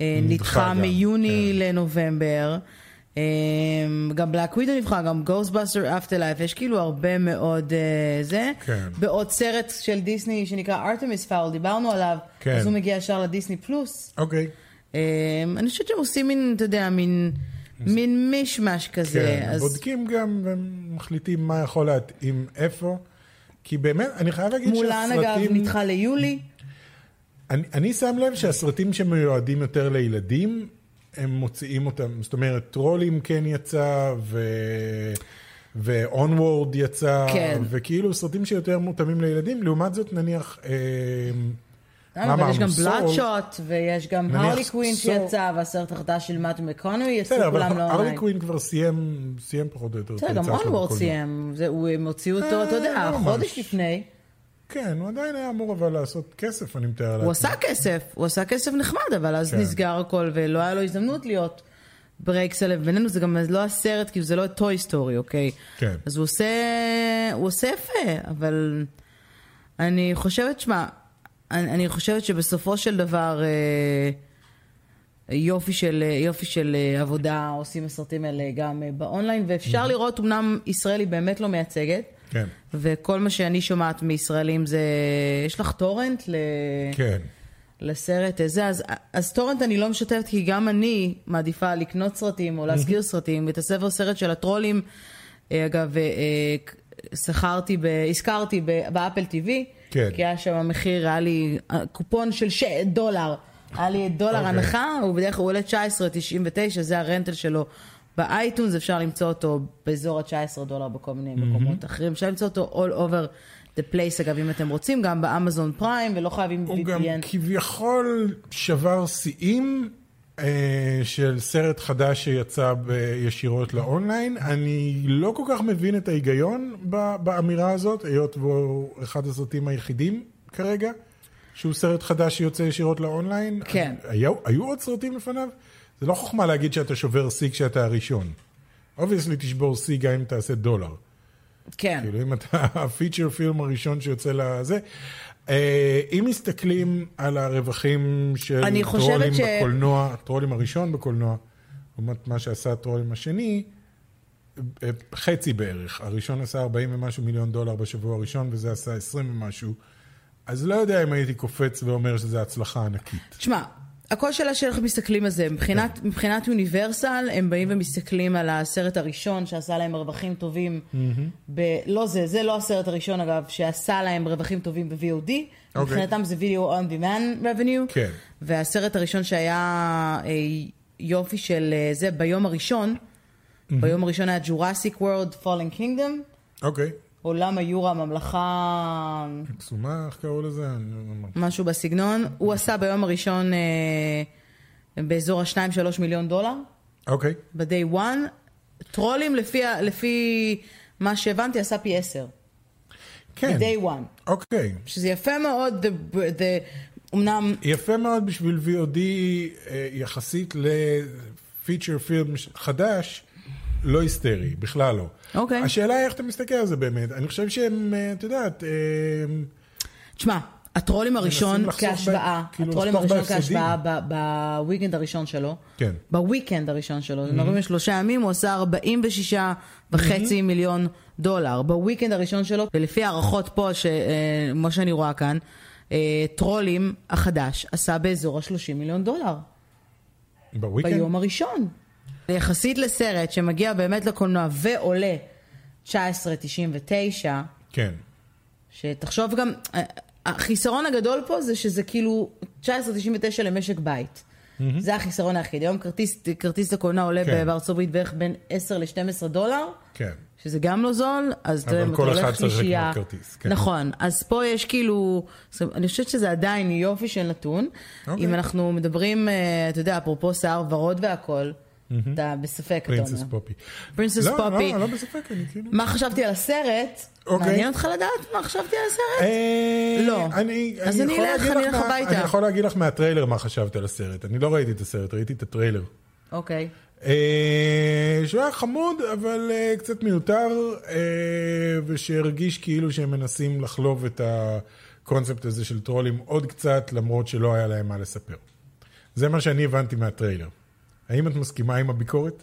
[SPEAKER 1] אה,
[SPEAKER 2] נדחה
[SPEAKER 1] נדחה
[SPEAKER 2] גם, כן.
[SPEAKER 1] מיוני לנובמבר. אה, גם בלק ווידו נבחר, גם Ghostbuster Afterlife, יש כאילו הרבה מאוד אה, זה.
[SPEAKER 2] כן.
[SPEAKER 1] בעוד סרט של דיסני שנקרא ארתמיס פאול, דיברנו עליו,
[SPEAKER 2] כן.
[SPEAKER 1] אז הוא מגיע ישר לדיסני פלוס.
[SPEAKER 2] אוקיי.
[SPEAKER 1] אה, אני חושבת שהם עושים מין, אתה יודע, מין... מין מישמש כזה,
[SPEAKER 2] כן,
[SPEAKER 1] אז...
[SPEAKER 2] בודקים גם ומחליטים מה יכול להתאים איפה. כי באמת, אני חייב להגיד
[SPEAKER 1] מולן אגב
[SPEAKER 2] שהסרטים...
[SPEAKER 1] נדחה ליולי.
[SPEAKER 2] אני, אני שם לב שהסרטים שמיועדים יותר לילדים, הם מוציאים אותם, זאת אומרת, טרולים כן יצא, ו... ו-onward יצא,
[SPEAKER 1] כן.
[SPEAKER 2] וכאילו סרטים שיותר מותאמים לילדים, לעומת זאת נניח, אה, מה
[SPEAKER 1] אבל יש גם
[SPEAKER 2] אמרנו? סול?
[SPEAKER 1] בלאדשוט, ויש גם
[SPEAKER 2] נניח
[SPEAKER 1] הרלי קווין
[SPEAKER 2] סול.
[SPEAKER 1] שיצא, והסרט החדש של מאט מקונוי, יצאו
[SPEAKER 2] בסדר, אבל
[SPEAKER 1] כאילו כולם
[SPEAKER 2] ארלי
[SPEAKER 1] לאונליין.
[SPEAKER 2] קווין כבר סיים, סיים פחות או יותר. את
[SPEAKER 1] בסדר, גם
[SPEAKER 2] הריצה שלו
[SPEAKER 1] אונוורד
[SPEAKER 2] בקולנוע.
[SPEAKER 1] סיים, זה- הוא- הם הוציאו אותו,
[SPEAKER 2] אה,
[SPEAKER 1] אתה יודע,
[SPEAKER 2] לא ממש.
[SPEAKER 1] חודש לפני.
[SPEAKER 2] כן, הוא עדיין היה אמור אבל לעשות כסף, אני מתאר לעצמי.
[SPEAKER 1] הוא עשה כסף, הוא עשה כסף נחמד, אבל אז
[SPEAKER 2] כן.
[SPEAKER 1] נסגר הכל, ולא היה לו הזדמנות להיות ברייקס הלב בינינו, זה גם לא הסרט, כאילו זה לא טוי סטורי, אוקיי?
[SPEAKER 2] כן.
[SPEAKER 1] אז הוא עושה, הוא עושה יפה, אבל אני חושבת, שמע, אני, אני חושבת שבסופו של דבר אה, יופי של, יופי של אה, עבודה עושים הסרטים האלה גם אה, באונליין, ואפשר לראות, אמנם ישראל היא באמת לא מייצגת.
[SPEAKER 2] כן,
[SPEAKER 1] וכל מה שאני שומעת מישראלים זה, יש לך טורנט ל...
[SPEAKER 2] כן.
[SPEAKER 1] לסרט הזה, אז, אז טורנט אני לא משתפת כי גם אני מעדיפה לקנות סרטים או
[SPEAKER 2] Mm-hmm.
[SPEAKER 1] להשכיר סרטים. את הספר סרט של הטרולים, אה, אגב, אה, אה, שכרתי, ב, הזכרתי ב, באפל TV,
[SPEAKER 2] כן.
[SPEAKER 1] כי היה שם מחיר, היה לי אה, קופון של ש... דולר, היה לי דולר
[SPEAKER 2] אוקיי.
[SPEAKER 1] הנחה, הוא בדרך כלל עולה 19.99, זה הרנטל שלו באייטונס, אפשר למצוא אותו באזור ה-19 דולר בכל מיני
[SPEAKER 2] Mm-hmm.
[SPEAKER 1] מקומות אחרים, אפשר למצוא אותו all over. The place אגב אם אתם רוצים גם באמזון פריים ולא חייבים
[SPEAKER 2] הוא
[SPEAKER 1] VPN.
[SPEAKER 2] גם כביכול שבר שיאים אה, של סרט חדש שיצא ב- ישירות לאונליין. אני לא כל כך מבין את ההיגיון ב- באמירה הזאת, היות והוא אחד הסרטים היחידים כרגע, שהוא סרט חדש שיוצא ישירות לאונליין.
[SPEAKER 1] כן.
[SPEAKER 2] היו, היו עוד סרטים לפניו? זה לא חוכמה להגיד שאתה שובר שיא כשאתה הראשון. אובייסלי תשבור שיא גם אם תעשה דולר.
[SPEAKER 1] כן.
[SPEAKER 2] כאילו אם אתה <laughs> הפיצ'ר פילם הראשון שיוצא לזה. אה, אם מסתכלים על הרווחים של
[SPEAKER 1] אני חושבת
[SPEAKER 2] טרולים
[SPEAKER 1] ש-
[SPEAKER 2] בקולנוע, טרולים הראשון בקולנוע, לעומת מה שעשה הטרולים השני, אה, חצי בערך. הראשון עשה 40 ומשהו מיליון דולר בשבוע הראשון, וזה עשה 20 ומשהו. אז לא יודע אם הייתי קופץ ואומר שזו הצלחה ענקית.
[SPEAKER 1] תשמע, הכל שאלה של איך מסתכלים על זה. מבחינת,
[SPEAKER 2] כן.
[SPEAKER 1] מבחינת יוניברסל, הם באים ומסתכלים על הסרט הראשון שעשה להם רווחים טובים. ב... לא זה, זה לא הסרט הראשון אגב, שעשה להם רווחים טובים ב-VOD.
[SPEAKER 2] אוקיי.
[SPEAKER 1] מבחינתם זה video on demand revenue.
[SPEAKER 2] כן.
[SPEAKER 1] והסרט הראשון שהיה אה, יופי של אה, זה ביום הראשון, ביום הראשון היה Jurassic World Fallen Kingdom,
[SPEAKER 2] אוקיי.
[SPEAKER 1] עולם היורה, ממלכה
[SPEAKER 2] קסומה, איך קראו לזה? אני לא אומר.
[SPEAKER 1] משהו בסגנון. הוא עשה ביום הראשון אה, באזור ה-2-3 מיליון דולר,
[SPEAKER 2] אוקיי.
[SPEAKER 1] ב-day one. טרולים לפי, ה- לפי מה שהבנתי עשה פי 10,
[SPEAKER 2] כן.
[SPEAKER 1] ב-day one.
[SPEAKER 2] אוקיי.
[SPEAKER 1] שזה יפה מאוד, the, the, אמנם,
[SPEAKER 2] יפה מאוד בשביל VOD אה, יחסית לפיצ'ר פילם ש- חדש, לא היסטרי, בכלל לא.
[SPEAKER 1] אוקיי.
[SPEAKER 2] השאלה היא איך אתה מסתכל על זה באמת. אני חושב שהם, אה, את יודעת, אה,
[SPEAKER 1] תשמע, הטרולים הראשון
[SPEAKER 2] לחסוך
[SPEAKER 1] כהשוואה,
[SPEAKER 2] ב- כאילו
[SPEAKER 1] הטרולים
[SPEAKER 2] לחסוך
[SPEAKER 1] הראשון
[SPEAKER 2] בהפסדים.
[SPEAKER 1] כהשוואה ב- בוויקנד הראשון שלו,
[SPEAKER 2] כן. Mm-hmm.
[SPEAKER 1] בוויקנד הראשון שלו, מדברים על שלושה ימים, הוא עשה 46
[SPEAKER 2] Mm-hmm.
[SPEAKER 1] וחצי מיליון דולר. בוויקנד הראשון שלו, ולפי הערכות פה, ש- אה, מה שאני רואה כאן, אה, טרולים החדש עשה באזור ה-30 מיליון דולר.
[SPEAKER 2] כן. בוויקנד?
[SPEAKER 1] ביום הראשון. יחסית לסרט שמגיע באמת לקולנוע ועולה 19.99,
[SPEAKER 2] כן.
[SPEAKER 1] שתחשוב גם, אה, החיסרון הגדול פה זה שזה כאילו 19.99 למשק בית. זה החיסרון היחיד. היום כרטיס, כרטיס לקולנוע עולה
[SPEAKER 2] כן.
[SPEAKER 1] בארצות הברית בערך בין 10 ל-12 דולר,
[SPEAKER 2] כן.
[SPEAKER 1] שזה גם לא זול, אז אתה יודע,
[SPEAKER 2] אבל
[SPEAKER 1] אם אתה
[SPEAKER 2] כל אחד
[SPEAKER 1] הולך
[SPEAKER 2] צריך
[SPEAKER 1] שלישייה...
[SPEAKER 2] לקנות כרטיס, כן.
[SPEAKER 1] נכון, אז פה יש כאילו, זאת אומרת, אני חושבת שזה עדיין יופי של נתון.
[SPEAKER 2] אוקיי.
[SPEAKER 1] אם אנחנו מדברים, אה, אתה יודע, אפרופו שיער ורוד והכל, אתה בספק, אתה
[SPEAKER 2] פרינסס
[SPEAKER 1] אומר.
[SPEAKER 2] פופי.
[SPEAKER 1] פרינסס
[SPEAKER 2] לא,
[SPEAKER 1] אה? פופי.
[SPEAKER 2] לא, לא בספק, אני כאילו...
[SPEAKER 1] מה חשבתי על הסרט?
[SPEAKER 2] אוקיי.
[SPEAKER 1] מעניין אותך לדעת מה חשבתי על הסרט?
[SPEAKER 2] אה,
[SPEAKER 1] לא.
[SPEAKER 2] אני,
[SPEAKER 1] אז אני
[SPEAKER 2] יכול
[SPEAKER 1] אלך,
[SPEAKER 2] להגיד
[SPEAKER 1] אני
[SPEAKER 2] לך
[SPEAKER 1] אלך
[SPEAKER 2] מה-
[SPEAKER 1] הביתה.
[SPEAKER 2] אני יכול להגיד לך מהטריילר מה חשבת על הסרט. אני לא ראיתי את הסרט, ראיתי את הטריילר.
[SPEAKER 1] אוקיי.
[SPEAKER 2] אה, שהוא היה חמוד, אבל אה, קצת מיותר, אה, ושהרגיש כאילו שהם מנסים לחלוב את הקונספט הזה של טרולים עוד קצת, למרות שלא היה להם מה לספר. זה מה שאני הבנתי מהטריילר. האם את מסכימה עם הביקורת?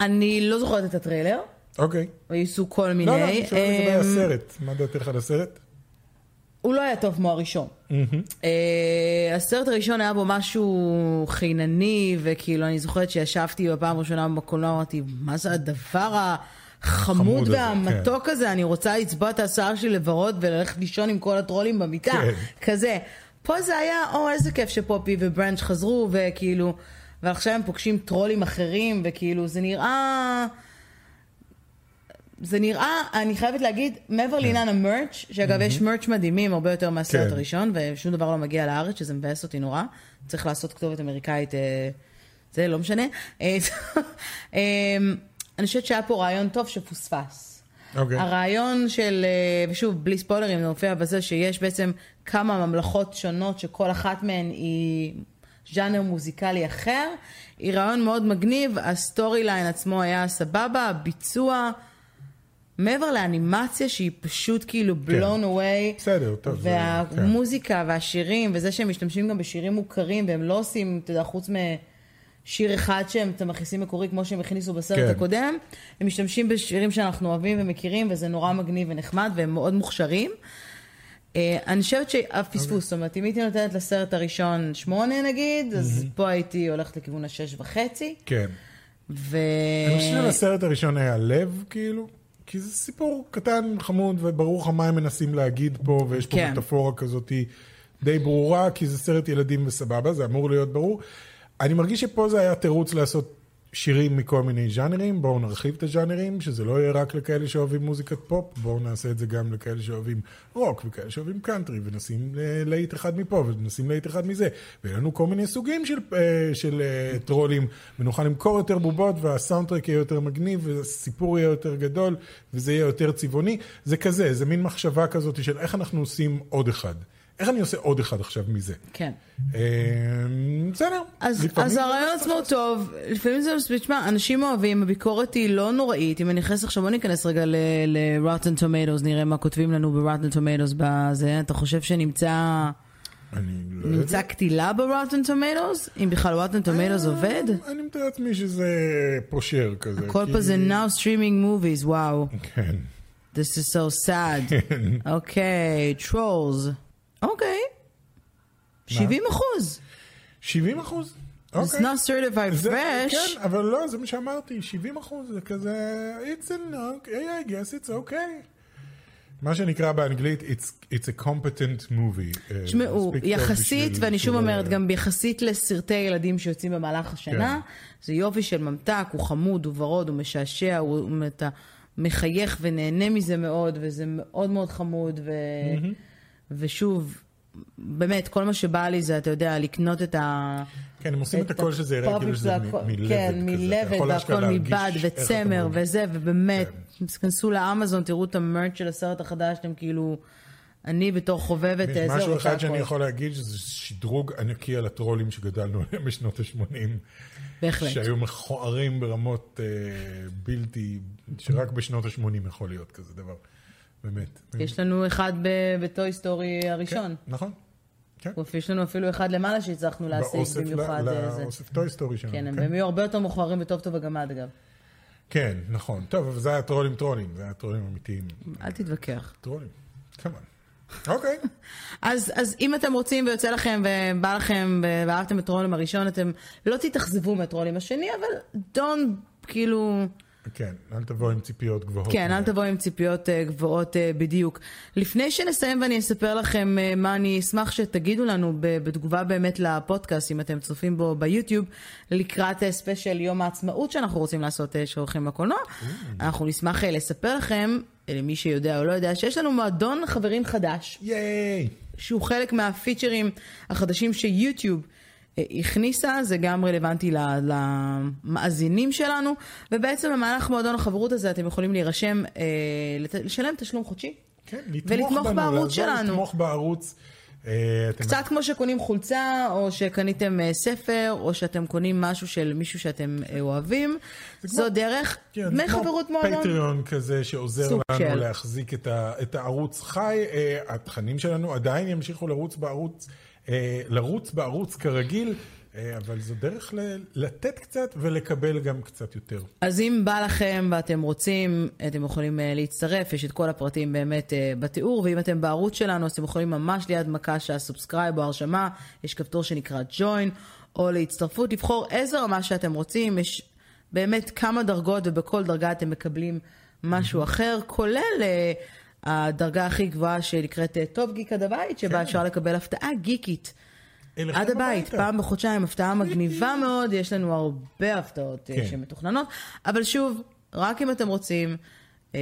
[SPEAKER 1] אני לא זוכרת את הטריילר,
[SPEAKER 2] אוקיי.
[SPEAKER 1] היו כל מיני.
[SPEAKER 2] לא, לא, אני שואל לגבי
[SPEAKER 1] אמ,
[SPEAKER 2] הסרט. מה דעתך על הסרט?
[SPEAKER 1] הוא לא היה טוב כמו הראשון. אה, הסרט הראשון היה בו משהו חינני, וכאילו אני זוכרת שישבתי בפעם הראשונה בקולנוע, אמרתי, מה זה הדבר
[SPEAKER 2] חמוד
[SPEAKER 1] החמוד
[SPEAKER 2] הזה, כן.
[SPEAKER 1] והמתוק הזה? אני רוצה לצבוע את השיער שלי לוורוד וללכת לישון עם כל הטרולים במיטה.
[SPEAKER 2] כן.
[SPEAKER 1] כזה. פה זה היה, או איזה כיף שפופי וברנץ' חזרו, וכאילו, ועכשיו הם פוגשים טרולים אחרים, וכאילו, זה נראה... זה נראה, אני חייבת להגיד, מעבר לעניין המרץ', שאגב, יש מרץ' מדהימים הרבה יותר מהסרט
[SPEAKER 2] כן.
[SPEAKER 1] הראשון, ושום דבר לא מגיע לארץ, שזה מבאס אותי נורא. צריך לעשות כתובת אמריקאית, אה, זה לא משנה. אה, <laughs> אה, אני חושבת שהיה פה רעיון טוב שפוספס.
[SPEAKER 2] אוקיי.
[SPEAKER 1] הרעיון של, אה, ושוב, בלי ספוילרים, זה מופיע בזה שיש בעצם כמה ממלכות שונות שכל אחת מהן היא ז'אנר מוזיקלי אחר. היא רעיון מאוד מגניב, הסטורי ליין עצמו היה סבבה, הביצוע, מעבר לאנימציה שהיא פשוט כאילו blown away.
[SPEAKER 2] כן. בסדר, טוב, זה- כן.
[SPEAKER 1] והמוזיקה והשירים, וזה שהם משתמשים גם בשירים מוכרים, והם לא עושים, אתה יודע, חוץ משיר אחד שהם אתם מכניסים מקורי, כמו שהם הכניסו בסרט
[SPEAKER 2] כן.
[SPEAKER 1] הקודם, הם משתמשים בשירים שאנחנו אוהבים ומכירים, וזה נורא מגניב ונחמד, והם מאוד מוכשרים. אה, אני חושבת
[SPEAKER 2] אוקיי.
[SPEAKER 1] שהפספוס, זאת אומרת, אם הייתי נותנת לסרט הראשון שמונה נגיד, אז פה הייתי הולכת לכיוון השש וחצי,
[SPEAKER 2] כן.
[SPEAKER 1] ו...
[SPEAKER 2] אני חושב שלסרט הראשון היה לב, כאילו, כי זה סיפור קטן, חמוד, וברור לך מה הם מנסים להגיד פה, ויש פה
[SPEAKER 1] כן.
[SPEAKER 2] מטאפורה כזאת די ברורה, כי זה סרט ילדים וסבבה, זה אמור להיות ברור. אני מרגיש שפה זה היה תירוץ לעשות שירים מכל מיני ז'אנרים, בואו נרחיב את הז'אנרים, שזה לא יהיה רק לכאלה שאוהבים מוזיקת פופ, בואו נעשה את זה גם לכאלה שאוהבים רוק, וכאלה שאוהבים קאנטרי, ונשים אה, להיט אחד מפה, ונשים להיט אחד מזה. ויהיו לנו כל מיני סוגים של, אה, של אה, טרולים, ונוכל למכור יותר בובות, והסאונדטרק יהיה יותר מגניב, והסיפור יהיה יותר גדול, וזה יהיה יותר צבעוני. זה כזה, זה מין מחשבה כזאת של איך אנחנו עושים עוד אחד. איך אני עושה עוד אחד עכשיו מזה?
[SPEAKER 1] כן.
[SPEAKER 2] אה, בסדר.
[SPEAKER 1] אז,
[SPEAKER 2] לפעמים
[SPEAKER 1] אז
[SPEAKER 2] זה
[SPEAKER 1] הרעיון
[SPEAKER 2] מה שצריך
[SPEAKER 1] עצמו טוב, לפעמים זה מספיק, תשמע, אנשים אוהבים, הביקורת היא לא נוראית, אם אני נכנס עכשיו, בוא ניכנס רגע ל-Rotten Tomatoes, נראה מה כותבים לנו ב-Rotten Tomatoes בזה, אתה חושב שנמצא
[SPEAKER 2] אה? אני לא יודע.
[SPEAKER 1] נמצא קטילה ב-Rotten Tomatoes? אם בכלל Rotten Tomatoes
[SPEAKER 2] אה?
[SPEAKER 1] עובד?
[SPEAKER 2] אני מתאר לעצמי שזה פושר כזה.
[SPEAKER 1] הכל
[SPEAKER 2] כי-
[SPEAKER 1] פה זה Now Streaming Movies, וואו,
[SPEAKER 2] כן.
[SPEAKER 1] this is so
[SPEAKER 2] <laughs>
[SPEAKER 1] sad. אוקיי, Trolls, אוקיי, 70 אחוז,
[SPEAKER 2] 70 אחוז? אוקיי.
[SPEAKER 1] it's not certified
[SPEAKER 2] זה-
[SPEAKER 1] fresh.
[SPEAKER 2] כן, אבל לא, זה מה שאמרתי, 70 אחוז, זה כזה, it's a knock, I guess it's okay. מה שנקרא באנגלית, it's, it's a competent movie. אה,
[SPEAKER 1] תשמעו,
[SPEAKER 2] מספיק טוב
[SPEAKER 1] יחסית,
[SPEAKER 2] בשביל- כאילו, אה,
[SPEAKER 1] ואני שוב
[SPEAKER 2] בשביל-
[SPEAKER 1] אומרת, גם יחסית לסרטי ילדים שיוצאים במהלך השנה,
[SPEAKER 2] כן.
[SPEAKER 1] זה יופי של ממתק, הוא חמוד, הוא ורוד, הוא משעשע, הוא הוא- אתה מחייך ונהנה מזה מאוד, וזה מאוד מאוד חמוד, ו... ושוב, באמת, כל מה שבא לי זה, אתה יודע, לקנות את ה...
[SPEAKER 2] כן, הם עושים את הכל שזה יראה
[SPEAKER 1] הפופ
[SPEAKER 2] כאילו שזה
[SPEAKER 1] והכל-
[SPEAKER 2] מ- מלבד
[SPEAKER 1] כן,
[SPEAKER 2] כזה. אתה
[SPEAKER 1] מלבד
[SPEAKER 2] יכול אשכרה
[SPEAKER 1] והכל
[SPEAKER 2] להרגיש
[SPEAKER 1] מבד
[SPEAKER 2] איך אתה
[SPEAKER 1] וצמר
[SPEAKER 2] מרגיש. כן.
[SPEAKER 1] וזה, ובאמת, תיכנסו לאמזון, תראו את המרץ' של הסרט החדש, אתם כאילו, אני בתור חובבת,
[SPEAKER 2] יש
[SPEAKER 1] אה, זה
[SPEAKER 2] משהו
[SPEAKER 1] רוצה
[SPEAKER 2] אחד שאני
[SPEAKER 1] הכל.
[SPEAKER 2] יכול להגיד, שזה שדרוג ענקי על הטרולים שגדלנו עליהם בשנות ה-80.
[SPEAKER 1] בהחלט.
[SPEAKER 2] שהיו מכוערים ברמות אה, בלתי, שרק בשנות ה-80 יכול להיות כזה דבר. באמת.
[SPEAKER 1] יש לנו אחד ב- בטוי סטורי הראשון.
[SPEAKER 2] כן, נכון. כן.
[SPEAKER 1] יש לנו אפילו אחד למעלה שהצלחנו להשיג
[SPEAKER 2] באוסף ל-
[SPEAKER 1] במיוחד. אה, זה.
[SPEAKER 2] לאוסף טוי סטורי שלנו.
[SPEAKER 1] כן, הם יהיו הרבה יותר מוכרים בטוב טוב הגמד, אגב.
[SPEAKER 2] כן, נכון. טוב, אבל זה היה טרולים טרולים, זה היה טרולים אמיתיים.
[SPEAKER 1] אל תתווכח.
[SPEAKER 2] טרולים. כמובן. אוקיי. <laughs>
[SPEAKER 1] אז, אז אם אתם רוצים ויוצא לכם ובא לכם ו- ואהבתם את רולם הראשון, אתם לא תתאכזבו מהטרולים השני, אבל דון, כאילו...
[SPEAKER 2] כן, אל תבוא עם ציפיות גבוהות.
[SPEAKER 1] כן, אל
[SPEAKER 2] מדי.
[SPEAKER 1] תבואו עם ציפיות אה, גבוהות אה, בדיוק. לפני שנסיים ואני אספר לכם אה, מה אני אשמח שתגידו לנו ב- בתגובה באמת לפודקאסט, אם אתם צופים בו ביוטיוב, לקראת אה, ספיישל יום העצמאות שאנחנו רוצים לעשות אה, שעורכים בקולנוע. אנחנו נשמח אה, לספר לכם, אה, למי שיודע או לא יודע, שיש לנו מועדון חברים חדש.
[SPEAKER 2] ייי!
[SPEAKER 1] שהוא חלק מהפיצ'רים החדשים שיוטיוב אה, הכניסה, זה גם רלוונטי ל- למאזינים שלנו, ובעצם במהלך מועדון החברות הזה אתם יכולים להירשם, אה, לת- לשלם תשלום חודשי.
[SPEAKER 2] כן, לתמוך בנו.
[SPEAKER 1] ולתמוך בערוץ
[SPEAKER 2] לעזור
[SPEAKER 1] שלנו.
[SPEAKER 2] לתמוך בערוץ. אה, אתם-
[SPEAKER 1] קצת כמו שקונים חולצה, או שקניתם אה, ספר, או שאתם קונים משהו של מישהו שאתם אה, אוהבים.
[SPEAKER 2] כמו-
[SPEAKER 1] זו דרך,
[SPEAKER 2] כן,
[SPEAKER 1] דמי
[SPEAKER 2] זה כמו
[SPEAKER 1] חברות מועדון.
[SPEAKER 2] פטריון כזה שעוזר
[SPEAKER 1] סוג
[SPEAKER 2] לנו
[SPEAKER 1] של.
[SPEAKER 2] להחזיק את, ה, את הערוץ חי. אה, התכנים שלנו עדיין ימשיכו לרוץ בערוץ, אה, לרוץ בערוץ כרגיל, אה, אבל זו דרך ל, לתת קצת ולקבל גם קצת יותר.
[SPEAKER 1] אז אם בא לכם ואתם רוצים, אתם יכולים אה, להצטרף, יש את כל הפרטים באמת אה, בתיאור, ואם אתם בערוץ שלנו, אז אתם יכולים ממש ליד מקש הסובסקרייב או הרשמה, יש כפתור שנקרא join, או להצטרפות, לבחור איזה רמה שאתם רוצים, יש באמת כמה דרגות, ובכל דרגה אתם מקבלים משהו אחר, כולל אה, הדרגה הכי גבוהה שנקראת אה, טוב גיק עד הבית, שבה אפשר לקבל הפתעה גיקית.
[SPEAKER 2] אליכם
[SPEAKER 1] עד הבית,
[SPEAKER 2] הביתה.
[SPEAKER 1] פעם בחודשיים, הפתעה מגניבה מאוד, יש לנו הרבה הפתעות אה,
[SPEAKER 2] כן.
[SPEAKER 1] שמתוכננות, אבל שוב, רק אם אתם רוצים, אה,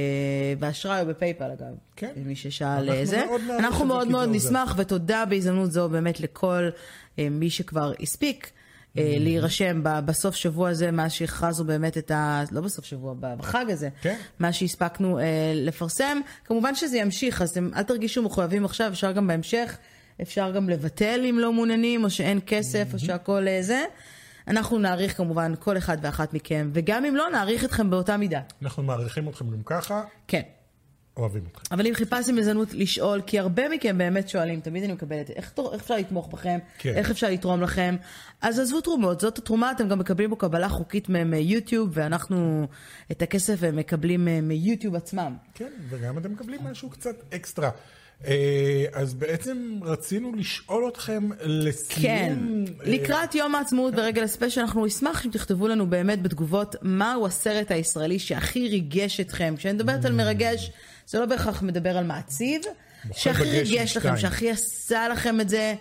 [SPEAKER 1] באשראי או בפייפל אגב,
[SPEAKER 2] כן.
[SPEAKER 1] למי ששאל
[SPEAKER 2] אנחנו
[SPEAKER 1] אה, זה,
[SPEAKER 2] מאוד נעריך
[SPEAKER 1] אנחנו
[SPEAKER 2] את זה,
[SPEAKER 1] מאוד
[SPEAKER 2] כי
[SPEAKER 1] מאוד
[SPEAKER 2] זה עוזר.
[SPEAKER 1] נשמח, ותודה בהזדמנות זו באמת לכל אה, מי שכבר הספיק. אה, להירשם ב- בסוף שבוע הזה, מאז שהכרזנו באמת את ה... לא בסוף שבוע, ב- בחג הזה,
[SPEAKER 2] כן.
[SPEAKER 1] מה שהספקנו אה, לפרסם. כמובן שזה ימשיך, אז אתם אל תרגישו מחויבים עכשיו, אפשר גם בהמשך, אפשר גם לבטל אם לא מעוניינים, או שאין כסף, או שהכל אה, זה. אנחנו נעריך כמובן כל אחד ואחת מכם, וגם אם לא, נעריך אתכם באותה מידה.
[SPEAKER 2] אנחנו מעריכים אתכם גם ככה,
[SPEAKER 1] כן.
[SPEAKER 2] אוהבים אתכם.
[SPEAKER 1] אבל אם חיפשתם הזדמנות לשאול, כי הרבה מכם באמת שואלים, תמיד אני מקבלת, איך, תור- איך אפשר לתמוך בכם,
[SPEAKER 2] כן.
[SPEAKER 1] כן. איך אפשר לתרום לכם, אז עזבו תרומות, זאת התרומה, אתם גם מקבלים בו קבלה חוקית מ- מיוטיוב, ואנחנו את הכסף אה, מקבלים אה, מיוטיוב עצמם.
[SPEAKER 2] כן, וגם אתם מקבלים משהו קצת אקסטרה. אה, אז בעצם רצינו לשאול אתכם לסיום.
[SPEAKER 1] כן,
[SPEAKER 2] אה,
[SPEAKER 1] לקראת יום העצמאות ברגל הספיישל, אנחנו נשמח אם תכתבו לנו באמת בתגובות מהו הסרט הישראלי שהכי ריגש אתכם. כשאני מדברת על מרגש, זה לא בהכרח מדבר על מעציב,
[SPEAKER 2] בוחר
[SPEAKER 1] שהכי
[SPEAKER 2] בגשם
[SPEAKER 1] ריגש
[SPEAKER 2] שתיים.
[SPEAKER 1] לכם, שהכי עשה לכם את זה.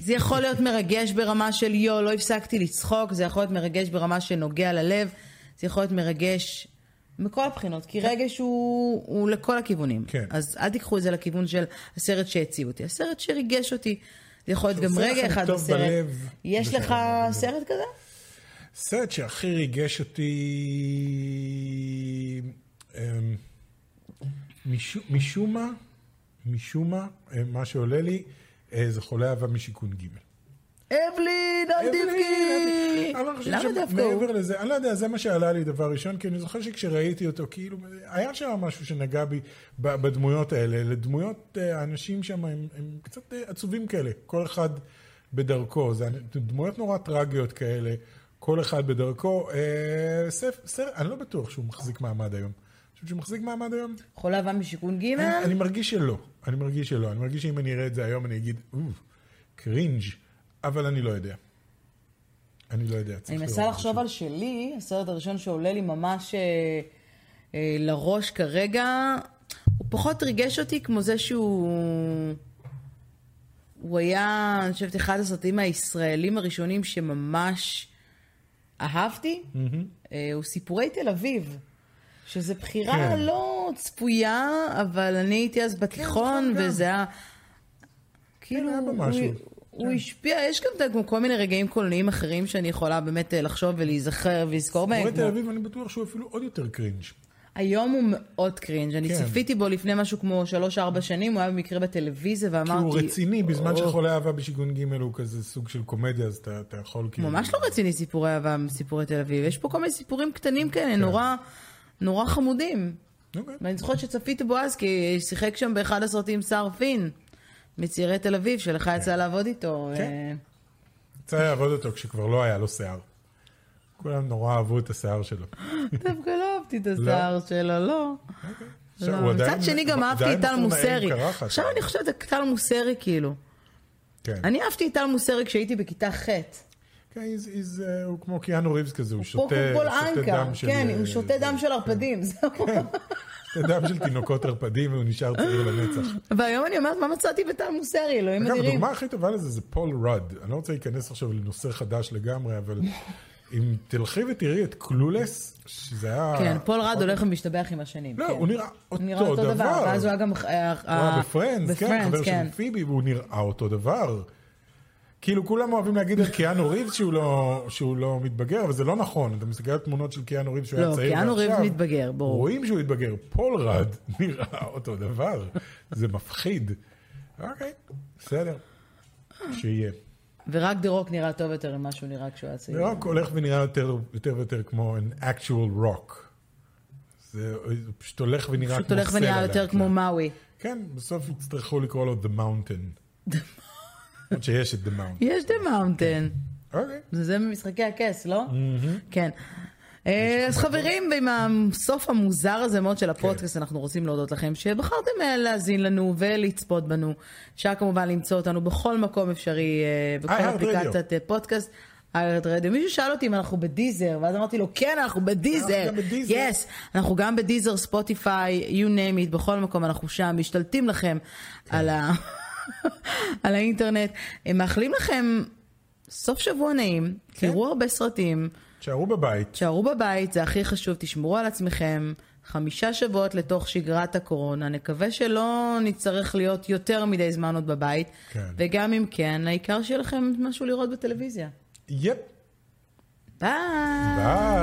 [SPEAKER 1] זה יכול להיות מרגש ברמה של יו, לא הפסקתי לצחוק, זה יכול להיות מרגש ברמה שנוגע ללב, זה יכול להיות מרגש מכל הבחינות, כי רגש הוא, הוא לכל הכיוונים.
[SPEAKER 2] כן.
[SPEAKER 1] אז אל תיקחו את זה לכיוון של הסרט שהציב אותי, הסרט שריגש אותי. זה יכול להיות גם
[SPEAKER 2] שעושה
[SPEAKER 1] רגע
[SPEAKER 2] לכם
[SPEAKER 1] אחד
[SPEAKER 2] טוב
[SPEAKER 1] בסרט.
[SPEAKER 2] בלב.
[SPEAKER 1] יש לך
[SPEAKER 2] בסדר.
[SPEAKER 1] סרט כזה?
[SPEAKER 2] סרט שהכי ריגש אותי... אמ, משו- משום מה, משום מה, אמ, מה שעולה לי, אה, זה חולה אהבה משיכון ג'.
[SPEAKER 1] אבלין, אל תבכי!
[SPEAKER 2] אבל אני לא חושב
[SPEAKER 1] למה דווקא הוא?
[SPEAKER 2] שמעבר לזה, אני לא יודע, זה מה שעלה לי דבר ראשון, כי אני זוכר שכשראיתי אותו, כאילו, היה שם משהו שנגע בי ב- בדמויות האלה. לדמויות, אה, האנשים שם הם, הם קצת אה, עצובים כאלה, כל אחד בדרכו. זה אנ- דמויות נורא טרגיות כאלה, כל אחד בדרכו. אה, ספ, סר, אני לא בטוח שהוא מחזיק מעמד היום. אני חושב שהוא מחזיק מעמד היום?
[SPEAKER 1] חולה אהבה משיכון ג'
[SPEAKER 2] אני, אני מרגיש שלא, אני מרגיש שלא. אני מרגיש שאם אני אראה את זה היום אני אגיד, אוף, קרינג', אבל אני לא יודע. אני לא יודע. צריך
[SPEAKER 1] אני מנסה
[SPEAKER 2] לראות
[SPEAKER 1] לחשוב
[SPEAKER 2] משהו.
[SPEAKER 1] על שלי, הסרט הראשון שעולה לי ממש אה, אה, לראש כרגע, הוא פחות ריגש אותי כמו זה שהוא... הוא היה, אני חושבת, אחד הסרטים הישראלים הראשונים שממש אהבתי. אה, הוא סיפורי תל אביב, שזה בחירה
[SPEAKER 2] כן.
[SPEAKER 1] לא צפויה, אבל אני הייתי אז בתיכון,
[SPEAKER 2] זוכר נכון גם. כן,
[SPEAKER 1] וזה היה... כאילו,
[SPEAKER 2] היה בו
[SPEAKER 1] הוא-
[SPEAKER 2] משהו.
[SPEAKER 1] הוא השפיע, יש גם את- גם כל מיני רגעים קולניים אחרים שאני יכולה באמת אה, לחשוב ולהיזכר ולזכור בהם.
[SPEAKER 2] מורה
[SPEAKER 1] כמו-
[SPEAKER 2] תל אביב, אני בטוח שהוא אפילו עוד יותר קרינג'.
[SPEAKER 1] היום הוא מאוד קרינג', אני
[SPEAKER 2] כן.
[SPEAKER 1] צפיתי בו לפני משהו כמו שלוש-ארבע שנים, הוא היה במקרה בטלוויזיה
[SPEAKER 2] כי
[SPEAKER 1] ואמרתי...
[SPEAKER 2] הוא רציני, בזמן
[SPEAKER 1] "או,
[SPEAKER 2] שחולה אהבה בשיגעון ג' הוא כזה סוג של קומדיה, אז אתה אתה יכול כאילו...
[SPEAKER 1] ממש לא רציני
[SPEAKER 2] כן.
[SPEAKER 1] סיפורי אהבה מסיפורי תל אביב, יש פה כל מיני סיפורים קטנים כאלה, נורא, נורא חמודים.
[SPEAKER 2] אוקיי.
[SPEAKER 1] ואני זוכרת שצפיתי בו אז, כי שיחק שם באחד הסרטים סער פין, מצעירי תל אביב, שלך יצא לעבוד איתו.
[SPEAKER 2] כן.
[SPEAKER 1] אה,
[SPEAKER 2] יצא לי לעבוד אותו כשכבר לא היה לו שיער. כולם נורא אהבו את השיער שלו.
[SPEAKER 1] דווקא לא אהבתי את השיער שלו, לא.
[SPEAKER 2] עכשיו,
[SPEAKER 1] לא.
[SPEAKER 2] הוא עדיין-
[SPEAKER 1] מצד שני גם
[SPEAKER 2] הוא
[SPEAKER 1] אהבתי
[SPEAKER 2] עדיין
[SPEAKER 1] את טל
[SPEAKER 2] בחור נעים
[SPEAKER 1] מוסרי.
[SPEAKER 2] קרחת.
[SPEAKER 1] עכשיו אני חושבת על טל מוסרי כאילו.
[SPEAKER 2] כן.
[SPEAKER 1] אני אהבתי את טל מוסרי כשהייתי בכיתה ח'.
[SPEAKER 2] כן, he's- he's, אה, הוא כמו קיאנו ריבס כזה, הוא
[SPEAKER 1] הוא
[SPEAKER 2] שותה
[SPEAKER 1] כל
[SPEAKER 2] שותה
[SPEAKER 1] אנקה,
[SPEAKER 2] דם של...
[SPEAKER 1] כן, הוא
[SPEAKER 2] אה, כן.
[SPEAKER 1] שותה דם של ערפדים, זהו.
[SPEAKER 2] שותה דם של תינוקות ערפדים והוא נשאר צעיר לנצח.
[SPEAKER 1] והיום אני אומרת, מה מצאתי בטל מוסרי, אלוהים
[SPEAKER 2] אגב,
[SPEAKER 1] אדירים.
[SPEAKER 2] הדוגמה הכי טובה לזה זה פול רוד. אני לא רוצה להיכנס עכשיו לנושא חדש לגמרי, אבל אם תלכי ותראי את קלולס, שזה היה...
[SPEAKER 1] כן, פול רד הולך ומשתבח עם השנים.
[SPEAKER 2] אה, לא,
[SPEAKER 1] כן.
[SPEAKER 2] הוא נראה
[SPEAKER 1] נראה
[SPEAKER 2] אותו דבר.
[SPEAKER 1] ואז הוא היה גם... אה,
[SPEAKER 2] הוא היה בפרנדס, כן, חבר
[SPEAKER 1] כן.
[SPEAKER 2] של פיבי, והוא נראה אותו דבר. כאילו כולם אוהבים להגיד על קיאנו ריבס שהוא לא, שהוא לא מתבגר, אבל זה לא נכון. אתה מסתכל על תמונות של קיאנו ריבס שהוא
[SPEAKER 1] לא,
[SPEAKER 2] היה צעיר
[SPEAKER 1] קיאנו
[SPEAKER 2] ועכשיו,
[SPEAKER 1] ריבס מתבגר, ברור.
[SPEAKER 2] רואים שהוא התבגר. פול רד <laughs> נראה אותו דבר. זה מפחיד. אוקיי, בסדר. שיהיה.
[SPEAKER 1] ורק דה רוק נראה טוב יותר ממה שהוא נראה כשהוא היה צעיר.
[SPEAKER 2] ורק הולך ונראה יותר יותר ויותר כמו an actual rock. זה זה פשוט הולך ונראה כמו
[SPEAKER 1] פשוט
[SPEAKER 2] סלע.
[SPEAKER 1] הולך ונראה יותר
[SPEAKER 2] לאט
[SPEAKER 1] כמו
[SPEAKER 2] לאט.
[SPEAKER 1] מאווי.
[SPEAKER 2] כן, בסוף יצטרכו לקרוא לו The Mountain. למרות שיש את The Mountain.
[SPEAKER 1] יש דה מאונטן.
[SPEAKER 2] אוקיי.
[SPEAKER 1] זה זה ממשחקי הכס, לא? כן. אה, אז חברים, עם הסוף המוזר הזה מאוד של הפודקאסט, אנחנו רוצים להודות לכם שבחרתם אה, להאזין לנו ולצפות בנו. אפשר כמובן למצוא אותנו בכל מקום אפשרי, אה, בכל
[SPEAKER 2] iHeartRadio.
[SPEAKER 1] אפליקציית אה, פודקאסט. iHeartRadio. מישהו שאל אותי אם אנחנו בדיזר, ואז אמרתי לו, כן, אנחנו בדיזר.
[SPEAKER 2] אנחנו גם בדיזר.
[SPEAKER 1] יס, אנחנו גם בדיזר, ספוטיפיי, you name it, בכל מקום אנחנו שם, משתלטים לכם
[SPEAKER 2] כן.
[SPEAKER 1] על ה- <laughs> על האינטרנט. הם מאחלים לכם סוף שבוע נעים,
[SPEAKER 2] כן.
[SPEAKER 1] תראו הרבה סרטים,
[SPEAKER 2] תשארו בבית.
[SPEAKER 1] תשארו בבית, זה הכי חשוב, תשמרו על עצמכם. חמישה שבועות לתוך שגרת הקורונה, נקווה שלא נצטרך להיות יותר מדי זמן עוד בבית.
[SPEAKER 2] כן.
[SPEAKER 1] וגם אם כן, העיקר שיהיה לכם משהו לראות בטלוויזיה.
[SPEAKER 2] יפ.
[SPEAKER 1] ביי!
[SPEAKER 2] ביי.